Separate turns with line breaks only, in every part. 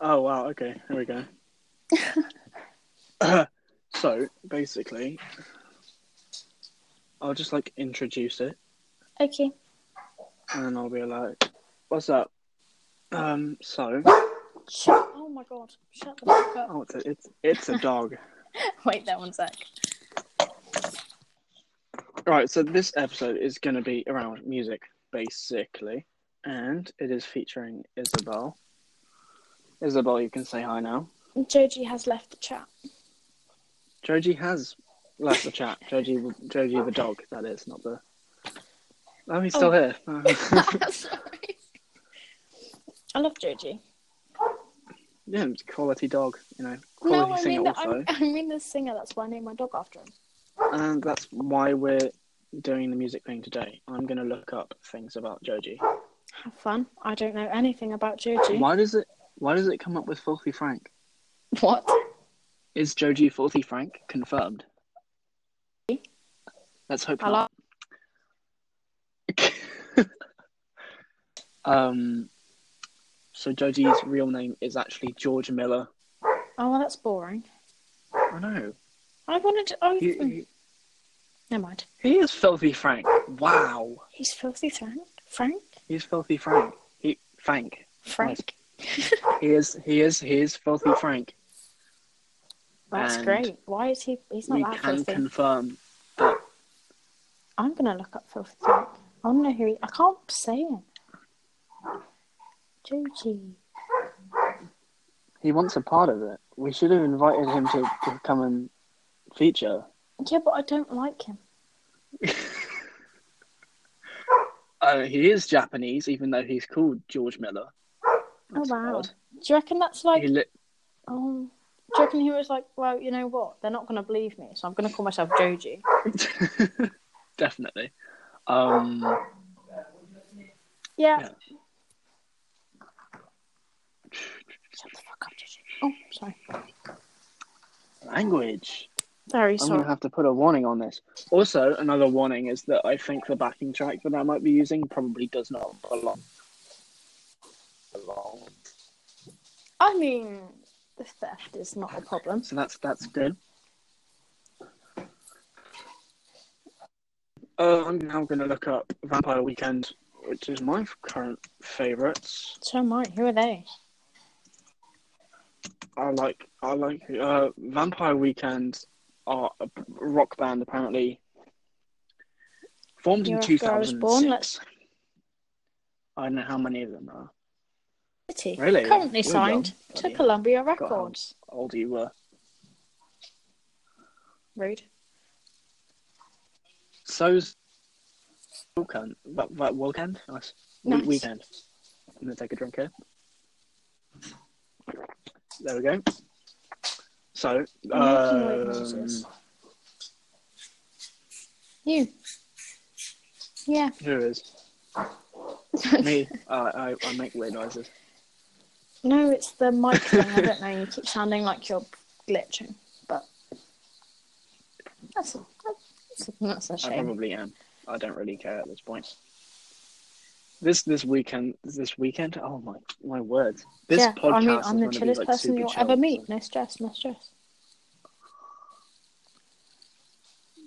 Oh wow. Okay. Here we go. Uh, so basically, I'll just like introduce it,
Okay.
and I'll be like, "What's up?" Um. So,
Shut. Oh my god. Shut the fuck up.
oh, it's a, it's it's a dog.
Wait, that one sec.
Right, so this episode is going to be around music, basically, and it is featuring Isabel. Isabel, you can say hi now.
Joji has left the chat.
Joji has left the chat. Joji, Joji the dog, that is, not the. Oh, he's still here. Oh.
Sorry. I love Joji.
yeah, it's quality dog, you know, quality
No, I mean
singer
the,
also.
I, I mean the singer. That's why I named my dog after him.
And that's why we're doing the music thing today. I'm going to look up things about Joji.
Have fun. I don't know anything about Joji.
Why does it? Why does it come up with Filthy Frank?
What?
Is Joji Filthy Frank confirmed? Let's hope
Hello?
not. um, so Joji's real name is actually George Miller.
Oh, well, that's boring.
I know.
I wanted to. Oh,
He,
mm,
he,
never mind.
he is Filthy Frank. Wow.
He's filthy Frank. Frank.
He's Filthy Frank. He Frank.
Frank.
He is. He is. He is Filthy Frank.
That's
And
great. Why is he? He's not
we
that
can
filthy.
confirm that
I'm gonna look up filthy Frank. I don't know who. He, I can't say it. Joji.
he wants a part of it. We should have invited him to, to come and feature.
Yeah, but I don't like him.
Uh, he is Japanese, even though he's called George Miller. That's
oh wow.
odd.
Do you reckon that's like?
He li-
Um, do you reckon he was like, well, you know what? They're not going to believe me, so I'm going to call myself Joji.
Definitely. Um,
Yeah.
Yeah.
Shut the fuck up, Joji. Oh, sorry.
language.
Very
I'm
sorry.
going to have to put a warning on this. Also, another warning is that I think the backing track that I might be using probably does not belong. belong.
I mean, the theft is not a problem.
So that's that's good. Uh, I'm now going to look up Vampire Weekend, which is my current favourites.
So am I. Who are they?
I like I like uh, Vampire Weekend are a rock band apparently formed
Year
in
after I was
2006.
born, let's-
I don't know how many of them are
City.
Really?
Currently
We're
signed
young.
to Columbia
Got
Records.
old you were.
Rude.
So's weekend that, that weekend nice, We-
Nice.
weekend. I'm gonna take a drink here. There we go. So
You're making weird
um,
noises. You. Yeah.
who is me? Uh, I I make weird noises.
no, it's the mic thing. I don't know. You keep sounding like you're glitching, but that's a, that's a, that's a
I
shame.
probably am. I don't really care at this point. This this weekend this weekend. Oh my my words! This
yeah,
podcast
I mean,
is
I'm the
gonna be,
chillest
like,
person
super
you'll
chill.
ever meet. No stress, no stress.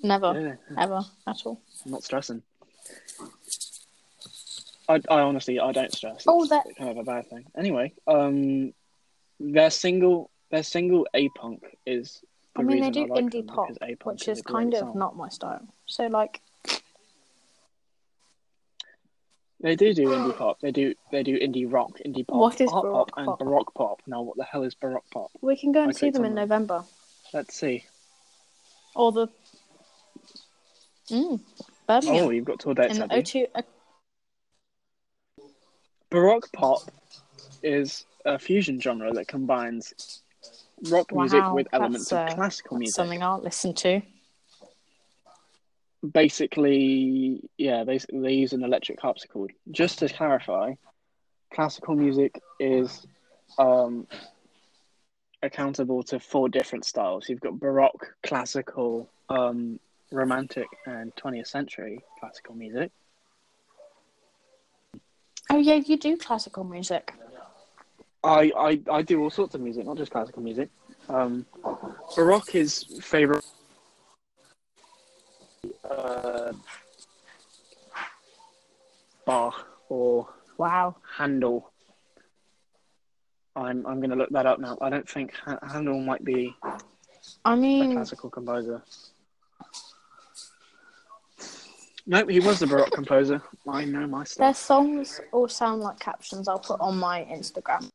Never,
Yeah,
ever, at all.
I'm not stressing. I, I honestly I don't stress.
Oh,
It's
that-
kind of a bad thing. Anyway, um, their single their single A Punk is. the
I mean, they
reason
do
like them,
indie pop,
because A-Punk
which
a
is
great
kind of
song.
not my style. So, like,
They do do indie pop. They do they do indie rock, indie pop,
What is
art
baroque
pop, and
pop?
baroque pop. Now, what the hell is baroque pop?
we can go and
I
see
clicked
them
on
in
that.
November.
Let's see.
Or the. Mm, Birmingham.
Oh, you've got tour dates.
in the
have you?
O2. uh,
Baroque pop is a fusion genre that combines rock music
Wow,
with elements of
that's, uh,
classical music.
something I'll listen to.
Basically, yeah, basically they use an electric harpsichord. Just to clarify, classical music is um, accountable to four different styles. You've got Baroque, classical, um, romantic, and 20th century classical music.
Oh, yeah, you do classical music.
I, I, I do all sorts of music, not just classical music. Um, Baroque is favorite. Uh, Bach or
Wow.
Handel. I'm I'm going to look that up now. I don't think Ha- Handel might be
I
a
mean,
classical composer. Nope, he was the Baroque composer. I know my
their
stuff.
songs all sound like captions I'll put on my Instagram.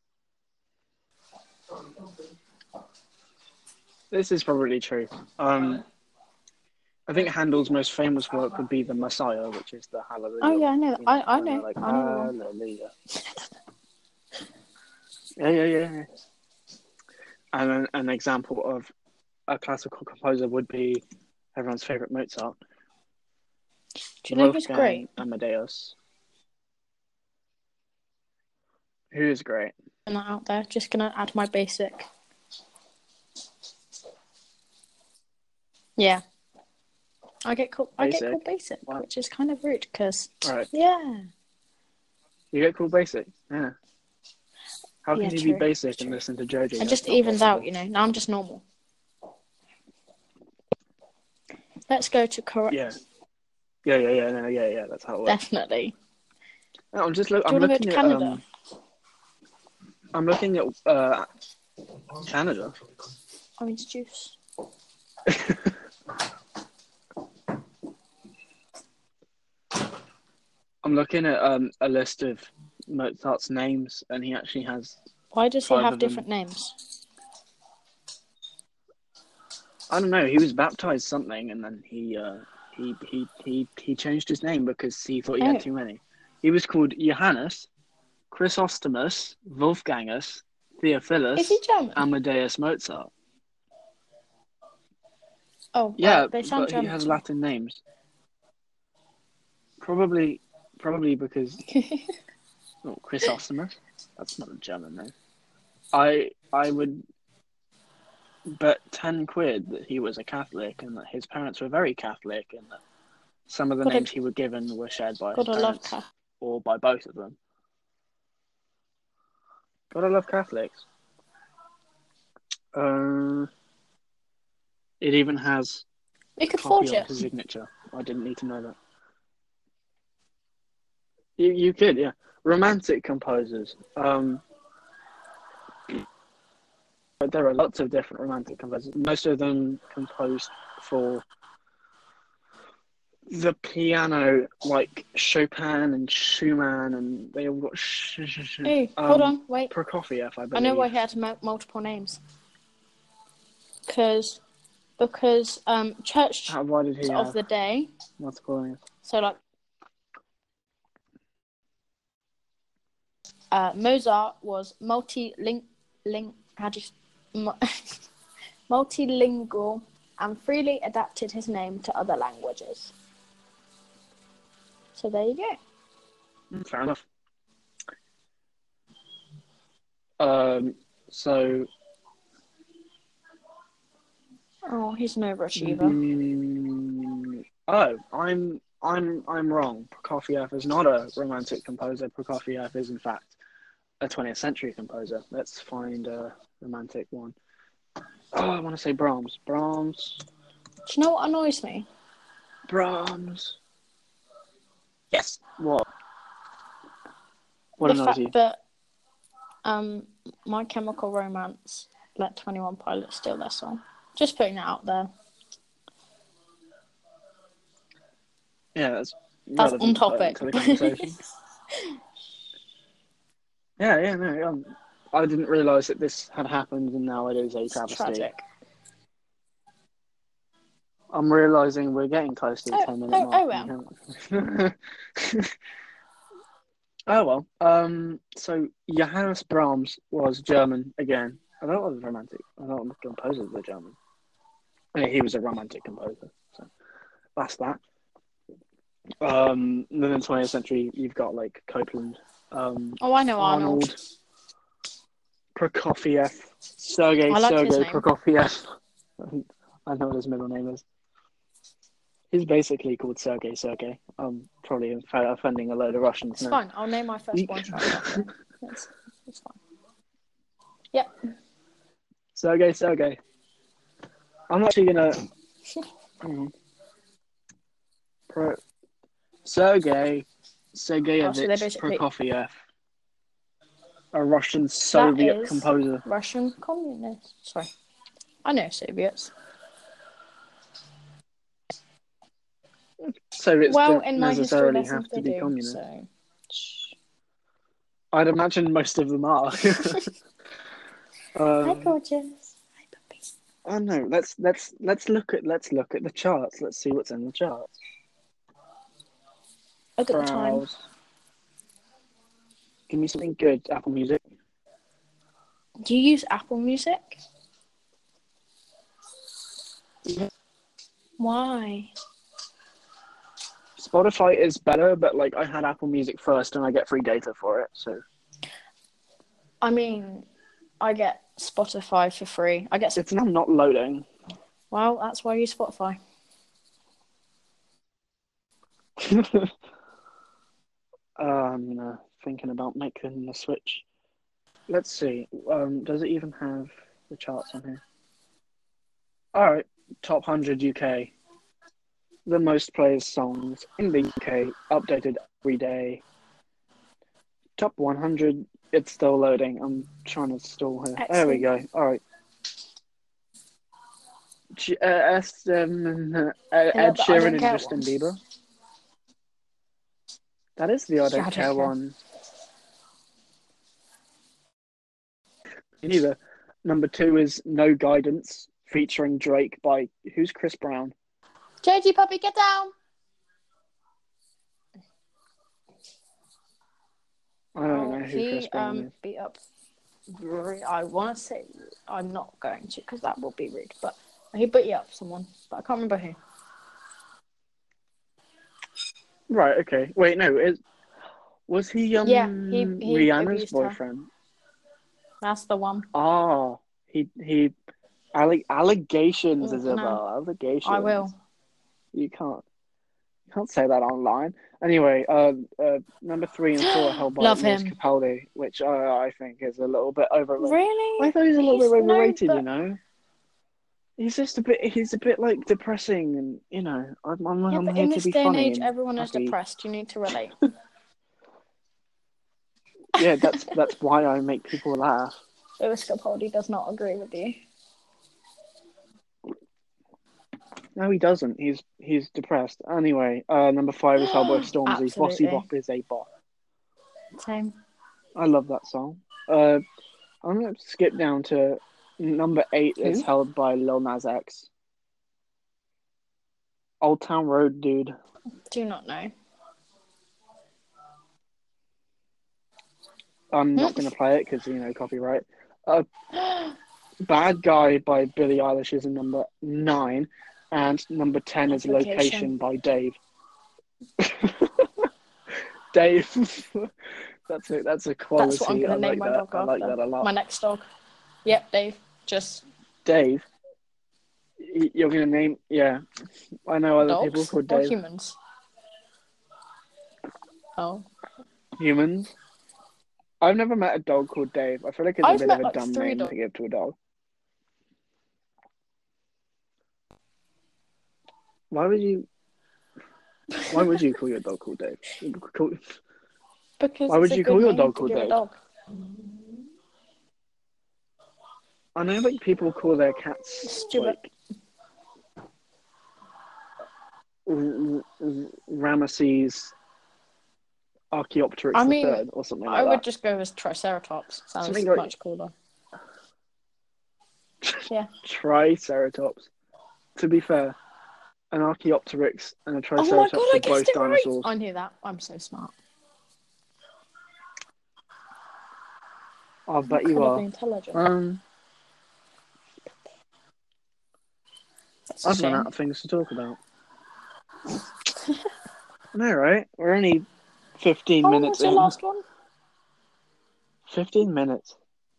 This is probably true. Um, I think Handel's most famous work would be the Messiah, which is the Hallelujah.
Oh, yeah, I know.
You
that. I, I
when they're
know.
like,
I know.
Hallelujah. yeah, yeah, yeah. yeah. And an, an example of a classical composer would be everyone's favorite Mozart.
Do you know who's
Wolfgang
great?
Amadeus. Who is great?
And that out there. Just gonna add my basic. Yeah. I get called I get
Basic.
called basic,
Wow.
which is kind of rude because
Right.
yeah.
You get called basic. Yeah. How can
Yeah,
you
true,
be basic and
true.
listen to JoJo?
It
That's
just
not
evens
possible.
out, you know. Now I'm just normal. Let's go to correct.
Yeah. Yeah, yeah, yeah, no, yeah, yeah. That's how it works.
Definitely.
No, I'm just look,
Do you
I'm
want to
looking
go to
at
Canada?
um, I'm looking at uh, Canada.
Orange juice.
I'm looking at um, a list of Mozart's names, and he actually has.
Why does he
Five
have
of them.
different names?
I don't know. He was baptized something, and then he uh, he, he he he changed his name because he thought he
Oh.
had too many. He was called Johannes, Chrysostomus, Wolfgangus, Theophilus,
Is he German?
Amadeus Mozart.
oh, right,
Yeah,
they sound
but
German.
he has
to me.
Latin names. Probably, probably because oh, Chrysostomus. That's not a German name. I I would bet ten quid that he was a Catholic and that his parents were very Catholic and that some of the
Gotta-
names he were given were shared by his
God, I love
parents
cat.
or by both of them. God, I love Catholics. Uh, it even has
We could
copy
forge
of
it.
his signature. I didn't need to know that. You, you could, yeah. Romantic composers. Um, but there are lots of different romantic composers. Most of them composed for the piano, like Chopin and Schumann, and they all got. Sh- sh- sh-
Hey,
um,
hold on, wait.
Prokofiev, I believe.
I know why he had mu- multiple names. Because, because um, church
How, why did he
of
have
the day.
multiple names?
So like, uh, Mozart was multi-ling, ling, how do you, mu- multilingual and freely adapted his name to other languages. So there you go.
Mm, Fair enough. Um, so
Oh, he's an
Mm-hmm.
overachiever.
Mm, oh, I'm I'm I'm wrong. Prokofiev is not a romantic composer. Prokofiev is in fact a 20th century composer. Let's find a romantic one. Oh, I want to say Brahms. Brahms.
Do you know what annoys me?
Brahms. Yes. What? What
the
annoys
fact
you?
that um, My Chemical Romance let Twenty One Pilots steal their song. Just putting that out there.
Yeah, that's
That's on
relevant, uh,
topic.
to the conversation. yeah, yeah, no. Um, I didn't realise that this had happened, and now it is a
It's
travesty.
tragic.
I'm realizing we're getting close to the
Oh,
10 minute
oh, oh
mark. Oh well. oh well. Um, so Johannes Brahms was German again. I don't know what the romantic. I don't know what the composers were German. Yeah, he was a romantic composer. So that's that. Um, then in 20th century, you've got like Copeland, um,
Oh, I know Arnold.
Arnold, Prokofiev, Sergei
I like his
Sergei
name.
Prokofiev. I know what his middle name is. He's basically called Sergei Sergei. I'm probably inf- offending a load of Russians
It's
now.
fine. I'll name my firstborn child. after him. It's, it's fine. Yep.
Sergey, Sergey. I'm actually gonna. Hang on. Pro. Sergey
Oh, so they're
Sergeyevich
basically-
Prokofiev, a Russian Soviet
is-
composer.
Russian communists. Sorry. I know Soviets.
Soviets
well,
don't
in my history
necessarily
lessons,
have
they
to be
do.
communist.
So.
I'd imagine most of them are.
Hi,
um,
gorgeous. Hi, puppy.
I don't know. Let's let's let's look at let's look at the charts. Let's see what's in the charts.
Look at the time.
Browse. Give me something good. Apple Music.
Do you use Apple Music?
Yeah.
Why?
Spotify is better, but like I had Apple Music first, and I get free data for it. So
I mean, I get Spotify for free. I get.
it's now not loading.
Well, that's why I use Spotify.
um, uh, thinking about making the switch. Let's see. Um, does it even have the charts on here? All right, top hundred UK. The most played songs in the UK, updated every day. Top one hundred. It's still loading. I'm trying to stall here. There we go. All right. G- uh, S- um, uh, Ed
but I
Sheeran
don't
and
care
Justin
ones.
Bieber. That is the I don't
Yeah, I don't
care
care.
one. Me neither. Number two is No Guidance featuring Drake by who's Chris Brown?
JG puppy, get down.
Oh, I don't know who Chris
Oh, he
Brown
um, beat up. Rory. I want to say I'm not going to because that will be rude. But he beat you up someone, but I can't remember who.
is. Right, okay. Wait, no, it was he um
Yeah, he- he
Rihanna's
abused her.
boyfriend?
That's the one.
Ah, he he alle- allegations
Mm,
Isabel.
no.
Allegations.
I will.
You can't you can't say that online. Anyway, uh, uh number three and four are held by
Love
Lewis
him.
Capaldi, which uh, I think is a little bit overrated.
Really?
I thought he was a little
He's
bit
known
overrated,
for-
you know. He's just a bit. He's a bit like depressing, and you know, I'm, I'm,
Yeah,
I'm
but
here
in
to
this
be
day and
funny.
age,
and
everyone is
happy.
depressed. You need to relate.
yeah, that's that's why I make people laugh.
Lewis Capaldi does not agree with you.
No, he doesn't. He's he's depressed. Anyway, uh, number five is Hellboy Stormzy. Bossy
Absolutely.
Bop is a bop.
Same.
I love that song. Uh, I'm gonna skip down to number eight. It's
Who?
held by Lil Nas X. Old Town Road, dude.
Do not know.
I'm not
Hmm.
gonna play it because you know copyright. Bad Guy by Billie Eilish is in number nine, and number ten is
Location.
Location by Dave. Dave, that's a that's a quality.
That's what I'm
I
going to
like
name my
that.
dog
I like
after.
that a lot.
My next dog. Yep, Dave. Just
Dave, y- you're gonna name yeah. I know other people
dogs
called
or
Dave.
humans. Oh,
humans. I've never met a dog called Dave. I feel like it's
I've
a bit
met,
of a
like,
dumb
three
name
dogs.
to give to a dog. Why would you? Why would you call your dog called Dave? Call-
because
Why would
it's a
you
good
call your
name
dog
to
called
give a
Dave?
dog.
I know like people call their cats
Stuart.
like R- R- Ramesses Archaeopteryx
I mean,
the third or something
I
like
would
that.
just go with Triceratops. Sounds
Something like-
much cooler. yeah.
Triceratops. To be fair, an Archaeopteryx and a
Oh my
Triceratops
god, I
are
guessed
both
it right.
dinosaurs.
I knew that. I'm so smart.
I bet you
Incredibly
are.
intelligent.
Um,
That's a
I've run
shame.
out of things to talk about. no, right? We're only 15
How long
minutes
was the
in.
Oh, last one?
15 minutes.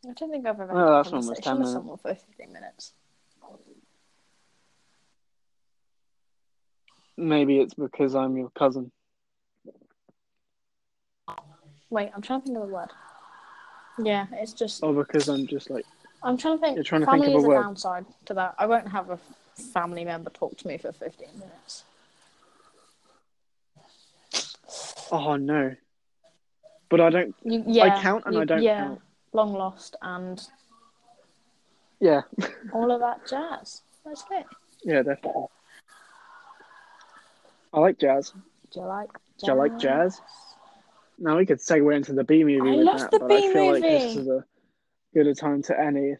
I don't think I've ever had
Oh,
a
last one was 10
conversation
minutes.
with someone for 15 minutes.
Maybe it's because I'm your cousin.
Wait, I'm trying to think of the word. Yeah, it's just
or because I'm just like
I'm trying to think.
Oh, You're trying to think
family
of a
is a
word.
downside to that. I won't have a family member talk to me for 15 minutes.
oh no. But I don't.
You, yeah,
count and
you-
I don't
Yeah,
count.
long lost and
Yeah,
all of that jazz. That's it.
yeah, definitely. I like jazz.
Do you like? Jazz?
Do you like jazz? Now we could segue into the B movie
I
with
love
that,
the
but
B
I feel like this
movie.
is a good a time to any.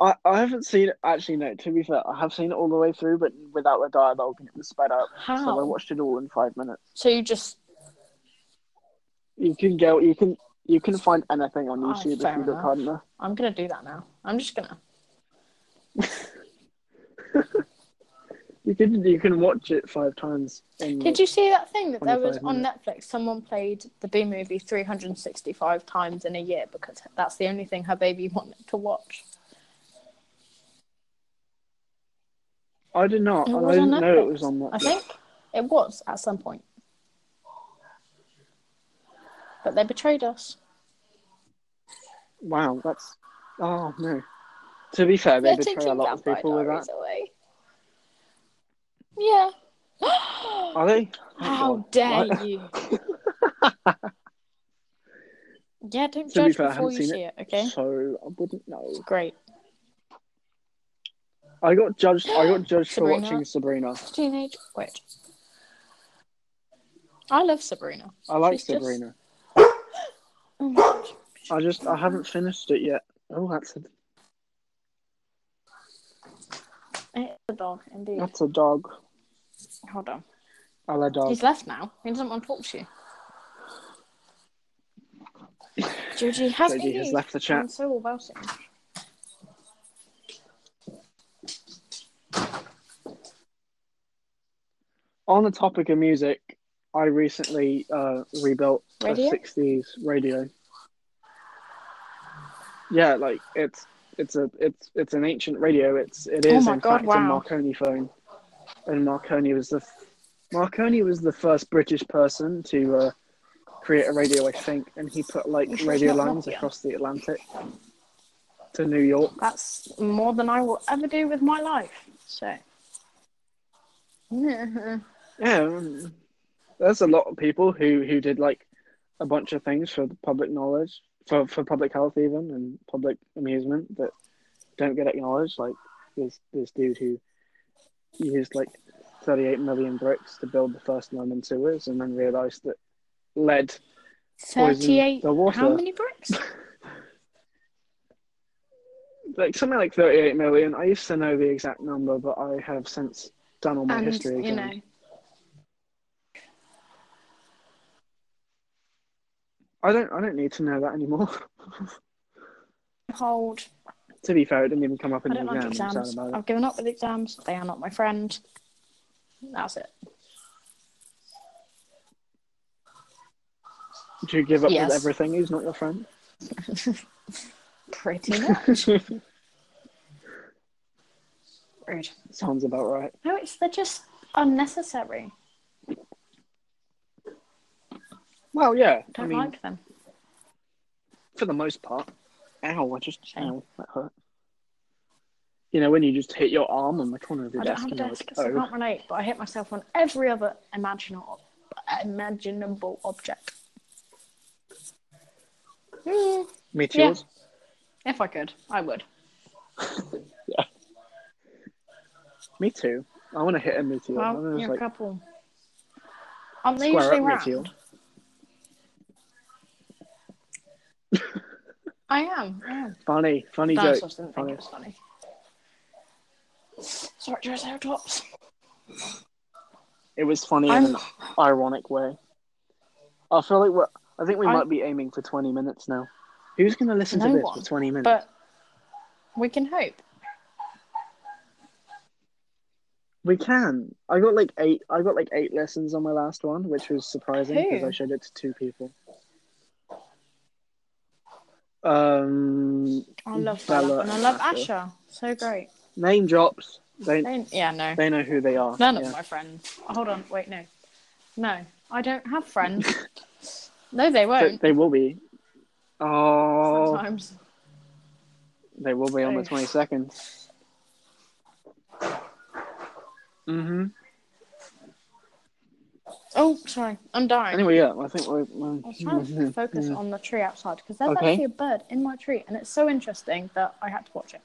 I, I haven't seen actually no. To be fair, I have seen it all the way throrough, but without the dialogue, and it was sped up. So I
How?
watched it all in five minutes.
So you just
You can go. You can you can find anything on
Ah,
YouTube if
fair
you look
enough.
hard enough.
I'm gonna do that now. I'm just gonna.
You can you can watch it five times. In,
Did you see that thing that there was
25
on Netflix? Someone played the B movie 365 times in a year because that's the only thing her baby wanted to watch.
I did not.
It
and I
was on
didn't know it
Netflix.
was on that.
I think it was at some point. But they betrayed us.
Wow, that's oh no. To be fair, they
They're
betray a
taking
lot of
vampire
people with that.
diaries away. Yeah.
Are they? Oh,
How
God.
dare
What?
you? yeah, don't
To be
judge
fair, I
before
haven't
you
seen
see it, okay?
So I wouldn't know.
Great.
I got judged. I got judged for
Sabrina.
watching Sabrina.
Teenage Witch. I love Sabrina.
I like
She's just-
Sabrina.
Oh my
Mm.
gosh.
I just I haven't finished it yet. Oh, that's a
It's a dog, indeed.
that's a dog.
Hold on.
I love dog.
He's left now. He doesn't want to talk to you. Georgie has,
Georgie has
been
left the
used,
chat.
and So all about it.
On the topic of music, I recently uh, rebuilt
Radio?
a '60s radio. Yeah, like it's it's a it's it's an ancient radio. It's it
Oh
is
my
in
God,
fact a
wow.
Marconi phone, and Marconi was the f- Marconi was the first British person to uh, create a radio, I think, and he put like
Which was
radio
not
lines
Nokia.
across the Atlantic to New York.
That's more than I will ever do with my life. So. yeah,
Yeah, um, there's a lot of people who who did like a bunch of things for the public knowledge, for for public health even, and public amusement that don't get acknowledged. Like this this dude who used like 38 million bricks to build the first London sewers, and then realised that lead.
Thirty-eight.
the water.
How many bricks?
like something like 38 million. I used to know the exact number, but I have since done all my
and
history again.
you know,
I don't I don't need to know that anymore.
hold.
to be fair, it didn't even come up in
I
the
don't like
exam. I'm sad
exams.
about it.
I've given up with exams. They are not my friend. That's it.
Do you give up
Yes.
with everything? Who's not your friend?
Pretty much. Rude.
Sounds about right.
No, it's they're just unnecessary.
Well, yeah.
Don't
I mean,
like them.
for the most part. Ow! I just
Okay.
ow, that hurt. You know when you just hit your arm on the corner of your
I don't
desk,
have a
and you're
desk,
like,
so I
oh,
can't relate. But I hit myself on every other imaginable, imaginable object. Hmm,
meteors.
if I could, I would.
Me too. I want to hit a meteor. I
Well,
was
you're a
like,
couple. Aren't they
square
usually
up,
round?
meteor.
I am. I am.
Funny, funny joke.
Dinosaurs didn't think it was funny. Sorry, Triceratops.
It was funny in
I'm-
an ironic way. I feel like we're. I think we
I'm-
might be aiming for twenty minutes now. Who's going to listen
No
to this
one,
for twenty minutes?
But we can hope.
We can. I got like eight. I got like eight lessons on my last one, which was surprising because
Who?
I showed it to two people. Um,
I love
Bella
Bella and I
and
love
Asher.
Asher. So great.
name drops. They
They, yeah, no.
they know who they are.
None
yeah.
of my friends. Hold on, wait, no. No, I don't have friends. no, they
But
won't.
they will be. Oh,
sometimes.
they will be on the
Thanks.
twenty second. Mm-hmm.
Oh, sorry, I'm dying.
Anyway, yeah, I think we're. mm-hmm.
I was trying to focus on the tree outside because there's
Okay.
actually a bird in my tree, and it's so interesting that I had to watch it.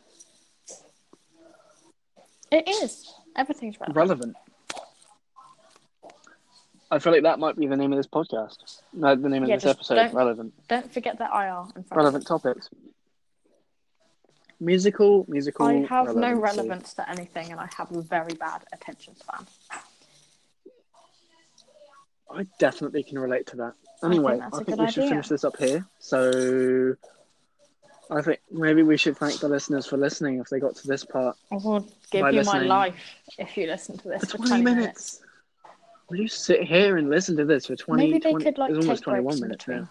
It is. Everything's relevant.
relevant. I feel like that might be the name of this podcast. No, the name of
Yeah,
this
just
episode.
don't-
Relevant.
Don't forget that IR in front. of
Relevant topics. Musical,
it.
musical.
I have no
relevancy.
relevance to anything, and I have a very bad attention span.
I definitely can relate to that.
think
Anyway, I
that's
think,
a good
we should
idea.
finish this up here. So, I think maybe we should thank the listeners for listening if they got to this part.
I will give
By
you my
listening.
life if you listen to this for
20
20 minutes.
minutes. Will you sit here and listen to this for 20
Maybe they
20
could like
it's almost
take
21
breaks in
minutes
between.
now.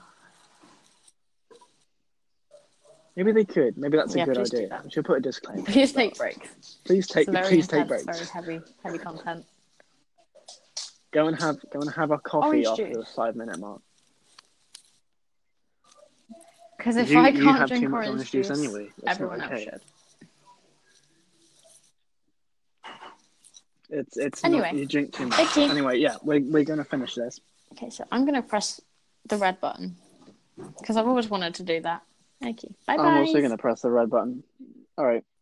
Maybe they could. Maybe that's a
Yeah,
good
please do
idea.
that.
We should put a disclaimer.
Please take breaks.
Please take
It's very
please take
intense,
breaks.
Very heavy, heavy content.
Go and have go and have a coffee
Orange
after
juice.
the 5 minute mark.
Because if
you,
I
you
can't
have
drink
too much
orange, juice,
anyway. It's not
everyone else
okay.
should.
It's it's
Anyway.
not, you drink too much.
Vicky.
Anyway, yeah, we're we're going to finish this.
Okay, so I'm gonna press the red button because I've always wanted to do that. Thank you. Bye bye.
I'm also going to press the red button. All right.